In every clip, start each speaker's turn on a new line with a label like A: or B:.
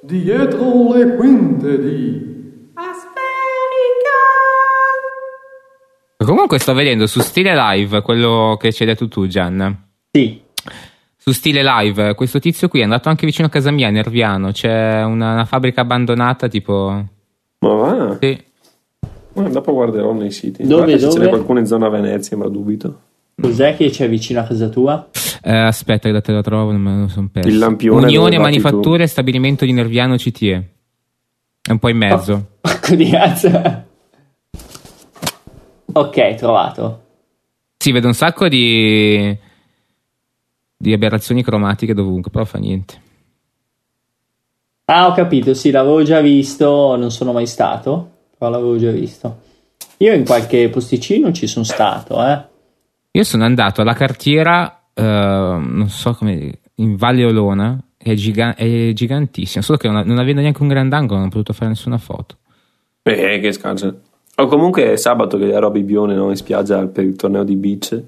A: Dietro le quinte di...
B: Asperica!
C: Comunque sto vedendo su Stile Live quello che ci hai detto tu, Gian.
D: Sì,
C: Su Stile Live, questo tizio qui è andato anche vicino a casa mia, a Nerviano. C'è una, una fabbrica abbandonata, tipo.
E: Ma va,
C: Sì.
E: Ma dopo guarderò nei siti.
D: Dove,
E: Guarda se
D: dove?
E: ce n'è qualcuno in zona Venezia, ma dubito.
D: cos'è che c'è vicino a casa tua?
C: Eh, aspetta, che te la trovo, non me lo sono perso.
E: Il lampione
C: Unione
E: dove batti
C: Manifatture e Stabilimento di Nerviano CTE. È un po' in
D: Ah.
C: mezzo.
D: Porco di cazzo. Ok, trovato.
C: Sì, vedo un sacco di. di aberrazioni cromatiche dovunque, però fa niente.
D: Ah, ho capito, sì, l'avevo già visto, non sono mai stato, però l'avevo già visto. Io in qualche posticino ci sono stato, eh.
C: Io sono andato alla cartiera, eh, non so come, in Valle Olona, che è, giga- è gigantissima, solo che non, non avendo neanche un grand'angolo non ho potuto fare nessuna foto.
E: Eh, che scansa. O comunque è sabato che ero a Bibione no, in spiaggia per il torneo di beach.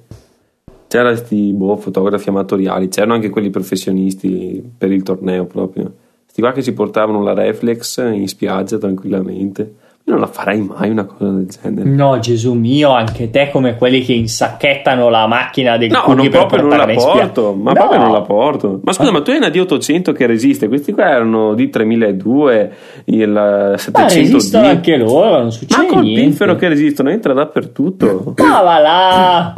E: C'erano questi boh, fotografi amatoriali, c'erano anche quelli professionisti per il torneo proprio. Sti qua che si portavano la reflex in spiaggia tranquillamente. Io non la farei mai una cosa del genere.
D: No, Gesù mio, anche te come quelli che insacchettano la macchina del
E: No,
D: cookie
E: non
D: per
E: proprio non la
D: portarla in spia-
E: porto, ma
D: No.
E: proprio non la porto. Ma scusa, ma tu hai una D800 che resiste, questi qua erano D3200, il
D: Ma
E: 700D.
D: resistono anche loro, non
E: Ma
D: succede
E: col
D: niente.
E: pinfero che resistono, entra dappertutto.
D: Ma va là!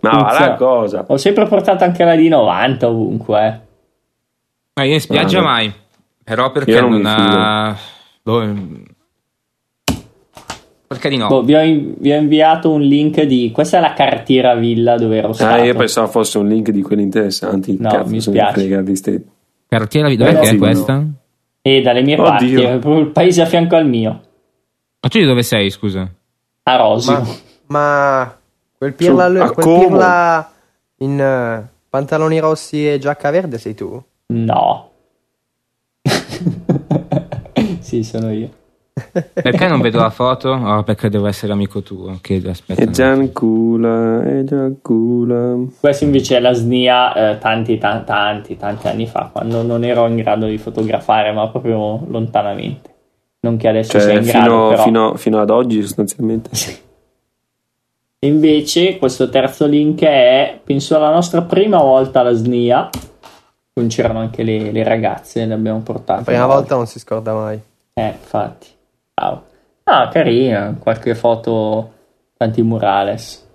E: Ma va
D: Puzza.
E: la cosa.
D: Ho sempre portato anche la D90 ovunque, eh.
C: Ma io in spiaggia
E: Ah, no.
C: mai, però perché
E: Io non
C: non,
E: mi
C: ha... boh, perché di no?
D: Boh, vi, ho in- vi ho inviato un link di. Questa è la cartiera villa dove ero
E: Ah,
D: stato.
E: io pensavo fosse un link di quelli interessanti.
D: No,
E: Cazzo,
D: mi
E: se ne
D: spiace.
E: frega di ste-
C: Cartiera, dov'è
D: Però
C: che è
E: sì, Eh, no.
C: questa? Ma
D: E dalle mie
E: Oddio.
D: parti, è proprio il paese a fianco al mio,
C: tu di dove sei, scusa?
D: a Rosio.
F: Ma, ma quel
E: Su-
F: pirla,
E: a
F: quel
E: Como.
F: pirla in eh, pantaloni rossi e giacca verde sei tu?
D: No, sì, sono io.
C: Perché non vedo la foto? Oh, perché devo essere amico tuo, che aspetta.
E: E
C: no.
E: Giancula, e Giancula.
D: Questa invece è la SNIA eh, tanti, tan- tanti, tanti anni fa, quando non ero in grado di fotografare, ma proprio lontanamente. Non che adesso sia
E: Cioè,
D: in grado,
E: fino,
D: però.
E: fino- fino ad oggi sostanzialmente.
D: Invece, questo terzo link è penso la nostra prima volta alla SNIA. Non c'erano anche le, le ragazze, le abbiamo portate.
F: La prima
D: una
F: volta non si scorda mai.
D: Eh, infatti. Wow. Ah, carina. Qualche foto, tanti murales.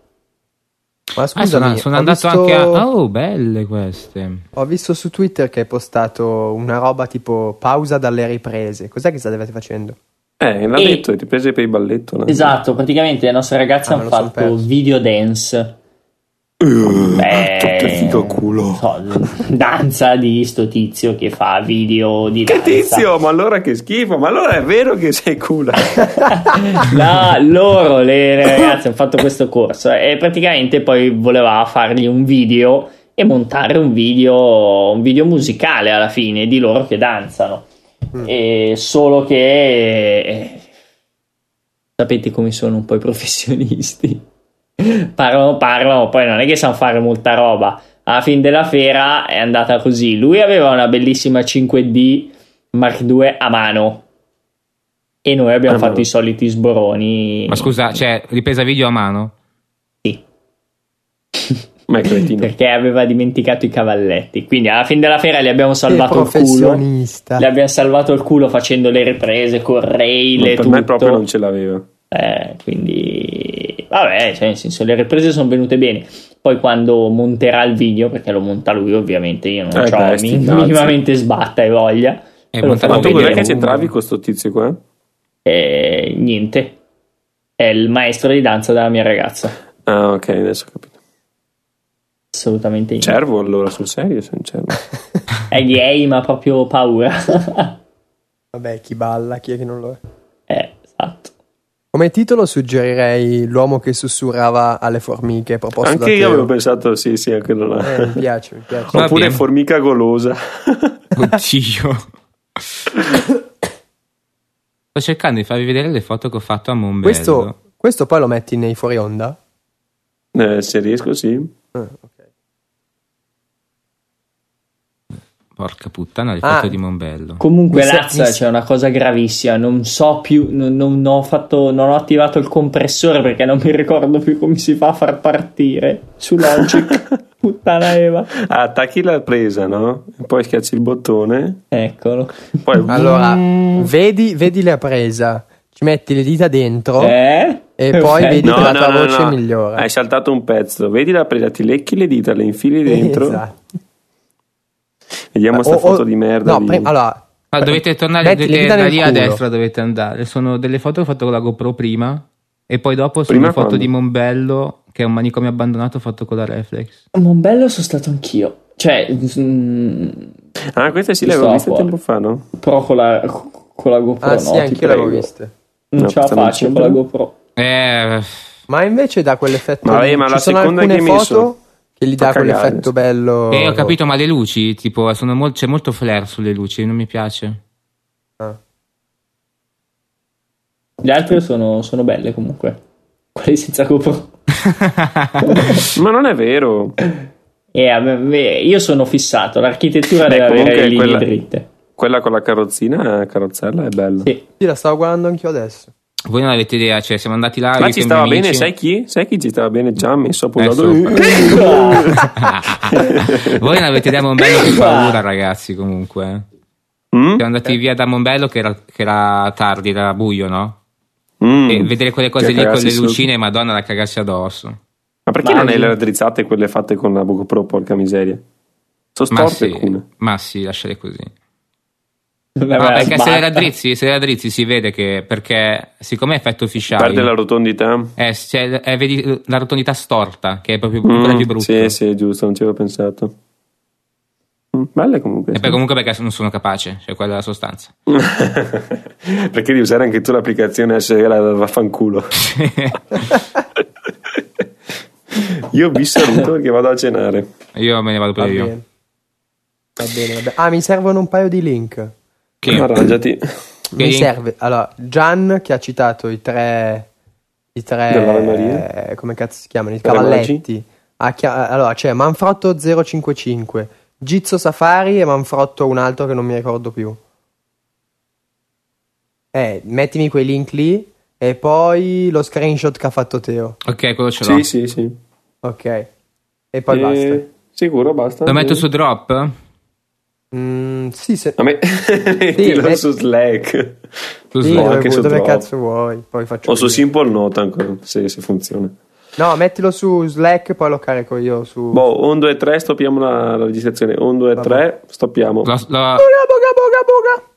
F: Ma
C: Ah,
F: scusami,
C: sono, sono
F: ho
C: andato
F: visto-
C: anche a... Oh, belle queste.
F: Ho visto su Twitter che hai postato una roba tipo pausa dalle riprese. Cos'è che stavate facendo?
E: Eh, l'ha
D: E-
E: detto, ti prese per il balletto. no?
D: Esatto, praticamente le nostre ragazze
F: Ah, me
D: hanno
F: lo son
D: fatto
F: perso. Eh,
D: video dance. Beh,
E: figo culo.
D: so, danza di sto tizio che fa video di
E: Che
D: danza.
E: tizio, ma allora che schifo, ma allora è vero che sei culo.
D: La- loro, le, le ragazze, hanno fatto questo corso e praticamente poi voleva fargli un video e montare un video, un video musicale alla fine di loro che danzano. E solo che eh, sapete come sono un po' i professionisti. Parlano, parlano, poi non è che sanno fare molta roba. Alla fine della fiera è andata così. Lui aveva una bellissima 5D Mark II a mano. E noi abbiamo
E: Ah,
D: fatto
E: no.
D: i soliti sboroni.
C: Ma
E: Eh.
C: scusa, cioè, ripresa video a mano?
E: Ma è cretino.
D: Perché aveva dimenticato i cavalletti. Quindi alla fine della fiera gli abbiamo salvato
F: Che
D: il culo.
F: professionista.
D: Le abbiamo salvato il culo facendo le riprese con rail
E: Ma
D: e
E: per
D: tutto.
E: me proprio non ce l'aveva.
D: Eh, quindi, vabbè, cioè, nel senso, le riprese sono venute bene. Poi quando monterà il video, perché lo monta lui, ovviamente, io non
E: Eh,
D: ho
E: beh, sti cazzi.
D: minimamente sbatta e voglia.
C: E
D: Lo
C: montato
D: farò
E: Ma tu cos'è
D: vedere.
E: che c'entravi con sto tizio qua?
D: Eh, niente. È il maestro di danza della mia ragazza.
E: Ah, ok, adesso ho capito.
D: Assolutamente niente.
E: Cervo allora, sul serio sei un cervo.
D: È gay, ma proprio paura.
F: Vabbè, chi balla, chi è che non lo è?
D: eh, esatto.
F: Come titolo suggerirei L'uomo che sussurrava alle formiche proposto da
E: Anche
F: Teo.
E: io avevo pensato, sì, sì, a quello là.
F: Eh, mi piace, mi piace.
C: Va
E: Oppure
C: bene.
E: formica golosa.
C: Oddio. Sto cercando di farvi vedere le foto che ho fatto a Monbello.
F: Questo, questo poi lo metti nei fuori onda?
E: Eh, se riesco, sì.
F: Ah, ok.
C: Porca puttana, il
F: Ah.
C: fatto di Mombello.
D: Comunque,
F: Mi sa-
D: Lazza,
F: mi sa-
D: c'è una cosa gravissima. Non so più, non, non ho fatto, non ho attivato il compressore perché non mi ricordo più come si fa a far partire su Logic. Puttana Eva.
E: Ah, attacchi la presa, no? Poi schiacci il bottone.
D: Eccolo.
E: Poi
F: Allora, vedi, vedi la presa, ci metti le dita dentro.
D: Eh?
F: Oh. E poi
D: Ok.
F: vedi- la tua voce migliora.
E: Hai saltato un pezzo. Vedi la presa, ti lecchi le dita, le infili dentro.
F: Esatto.
E: Vediamo sta
F: O- o-
E: foto di merda.
F: No,
E: lì. Oh,
F: prima- allora,
C: Ah, dovete tornare
F: metti le
C: dovete-
F: dita
C: da
F: nel
C: lì a
F: culo.
C: destra dovete andare. Sono delle foto che ho fatto con la GoPro prima e poi dopo sono
E: Prima
C: le foto
E: quando?
C: di Mombello che è un manicomio abbandonato fatto con la reflex.
D: A Mombello sono stato anch'io. Cioè, mm,
E: Ah, questa sì
D: Mi
E: l'avevo
D: sto
E: vista
D: fuori.
E: tempo fa, no?
D: però con la, con la GoPro.
F: ah
D: no,
F: sì,
D: ti
F: anch'io l'avevo
D: prego.
F: vista.
D: Non
E: No,
D: ce la
E: questa non
D: faccio
E: c'entra.
D: con la GoPro.
C: Eh,
F: Ma invece dà quell'effetto.
E: Ma vabbè, ma
F: ci
E: la
F: sono
E: seconda
F: alcune
E: che
F: foto
E: hai messo
F: che gli
E: fa
F: dà
E: cagare.
F: quell'effetto bello.
C: e Eh, ho capito, ma le luci, tipo, sono mol- c'è molto flare sulle luci, non mi piace.
F: Ah.
D: Le altre sono, sono belle comunque. Quelle senza GoPro.
E: Ma non è vero.
D: E a me- me- io sono fissato. L'architettura
E: Beh,
D: deve avere
E: comunque
D: le linee
E: quella-
D: dritte.
E: Quella con la carrozzina, eh, carrozzella è bella.
D: Sì.
F: Sì, la stavo guardando anch'io adesso.
C: Voi non avete idea, cioè, siamo andati là. io
E: Ma
C: e
E: ci
C: i miei
E: stava
C: amici-
E: bene, sai chi? Sai chi ci stava bene? Già messo Mm?
C: Eh, sopra. Voi non avete idea, Mombello che paura, ragazzi, comunque. eh.
E: Mm?
C: Siamo andati via da Mombello che era, che era tardi, era buio, no?
E: Mm.
C: E eh, vedere quelle cose
E: Che
C: lì con
E: cagazzi
C: le
E: su-
C: lucine, madonna, la cagarsi addosso.
E: Ma perché
D: Ma-
E: non hai le raddrizzate quelle fatte con la GoPro, porca miseria? Sono
C: Ma
E: storte Eh
C: sì,
E: alcune.
C: ma sì, lasciare così.
D: Vabbè,
C: No, perché se
D: basta.
C: le raddrizzi, se le raddrizzi si vede che perché siccome è effetto
E: Perde la
C: fisciale
E: rotondità.
C: eh, c'è- eh, vedi la rotondità storta, che è proprio
E: Mm,
C: quella più brutta.
E: sì, sì, giusto, non ci avevo pensato. Mm, Belle comunque.
C: E poi comunque perché non sono capace, cioè quella è la sostanza.
E: Perché devi usare anche tu l'applicazione SL da vaffanculo. Io vi saluto perché vado a cenare.
C: Io me ne vado
F: Va
C: pure io.
F: bene. Va bene, va bene. Ah, mi servono un paio di link.
C: Che-
E: Arrangiati.
C: Che
F: Mi
C: link?
F: serve. Allora, Gian che ha citato i tre. I
E: Dell'Ave Maria?
F: tre. Come cazzo si chiamano? I
E: Tre magi?
F: cavalletti. Ha chia- allora, c'è Manfrotto 055, Gizzo Safari e Manfrotto un altro che non mi ricordo più. Eh, mettimi quei link lì e poi lo screenshot che ha fatto Teo.
C: Ok, quello ce l'ho.
E: Sì, sì, sì.
F: Ok. E poi
E: Eh,
F: basta.
E: Sicuro, basta.
C: Lo metto su drop?
F: Mm, sì, se...
E: A me mettilo
F: met-
E: su Slack.
C: Su
F: sì,
C: Slack.
E: anche
F: dove,
E: su
F: dove
E: Drop.
F: cazzo vuoi? Poi faccio
E: O su
F: io.
E: Simple Note ancora, se, se funziona.
F: No, mettilo su Slack e poi lo carico io su...
E: Boh, on 2 e 3 stoppiamo la, la registrazione. On 2 e 3 stoppiamo.
C: Lo- lo-
F: Boga, boga, boga, boga.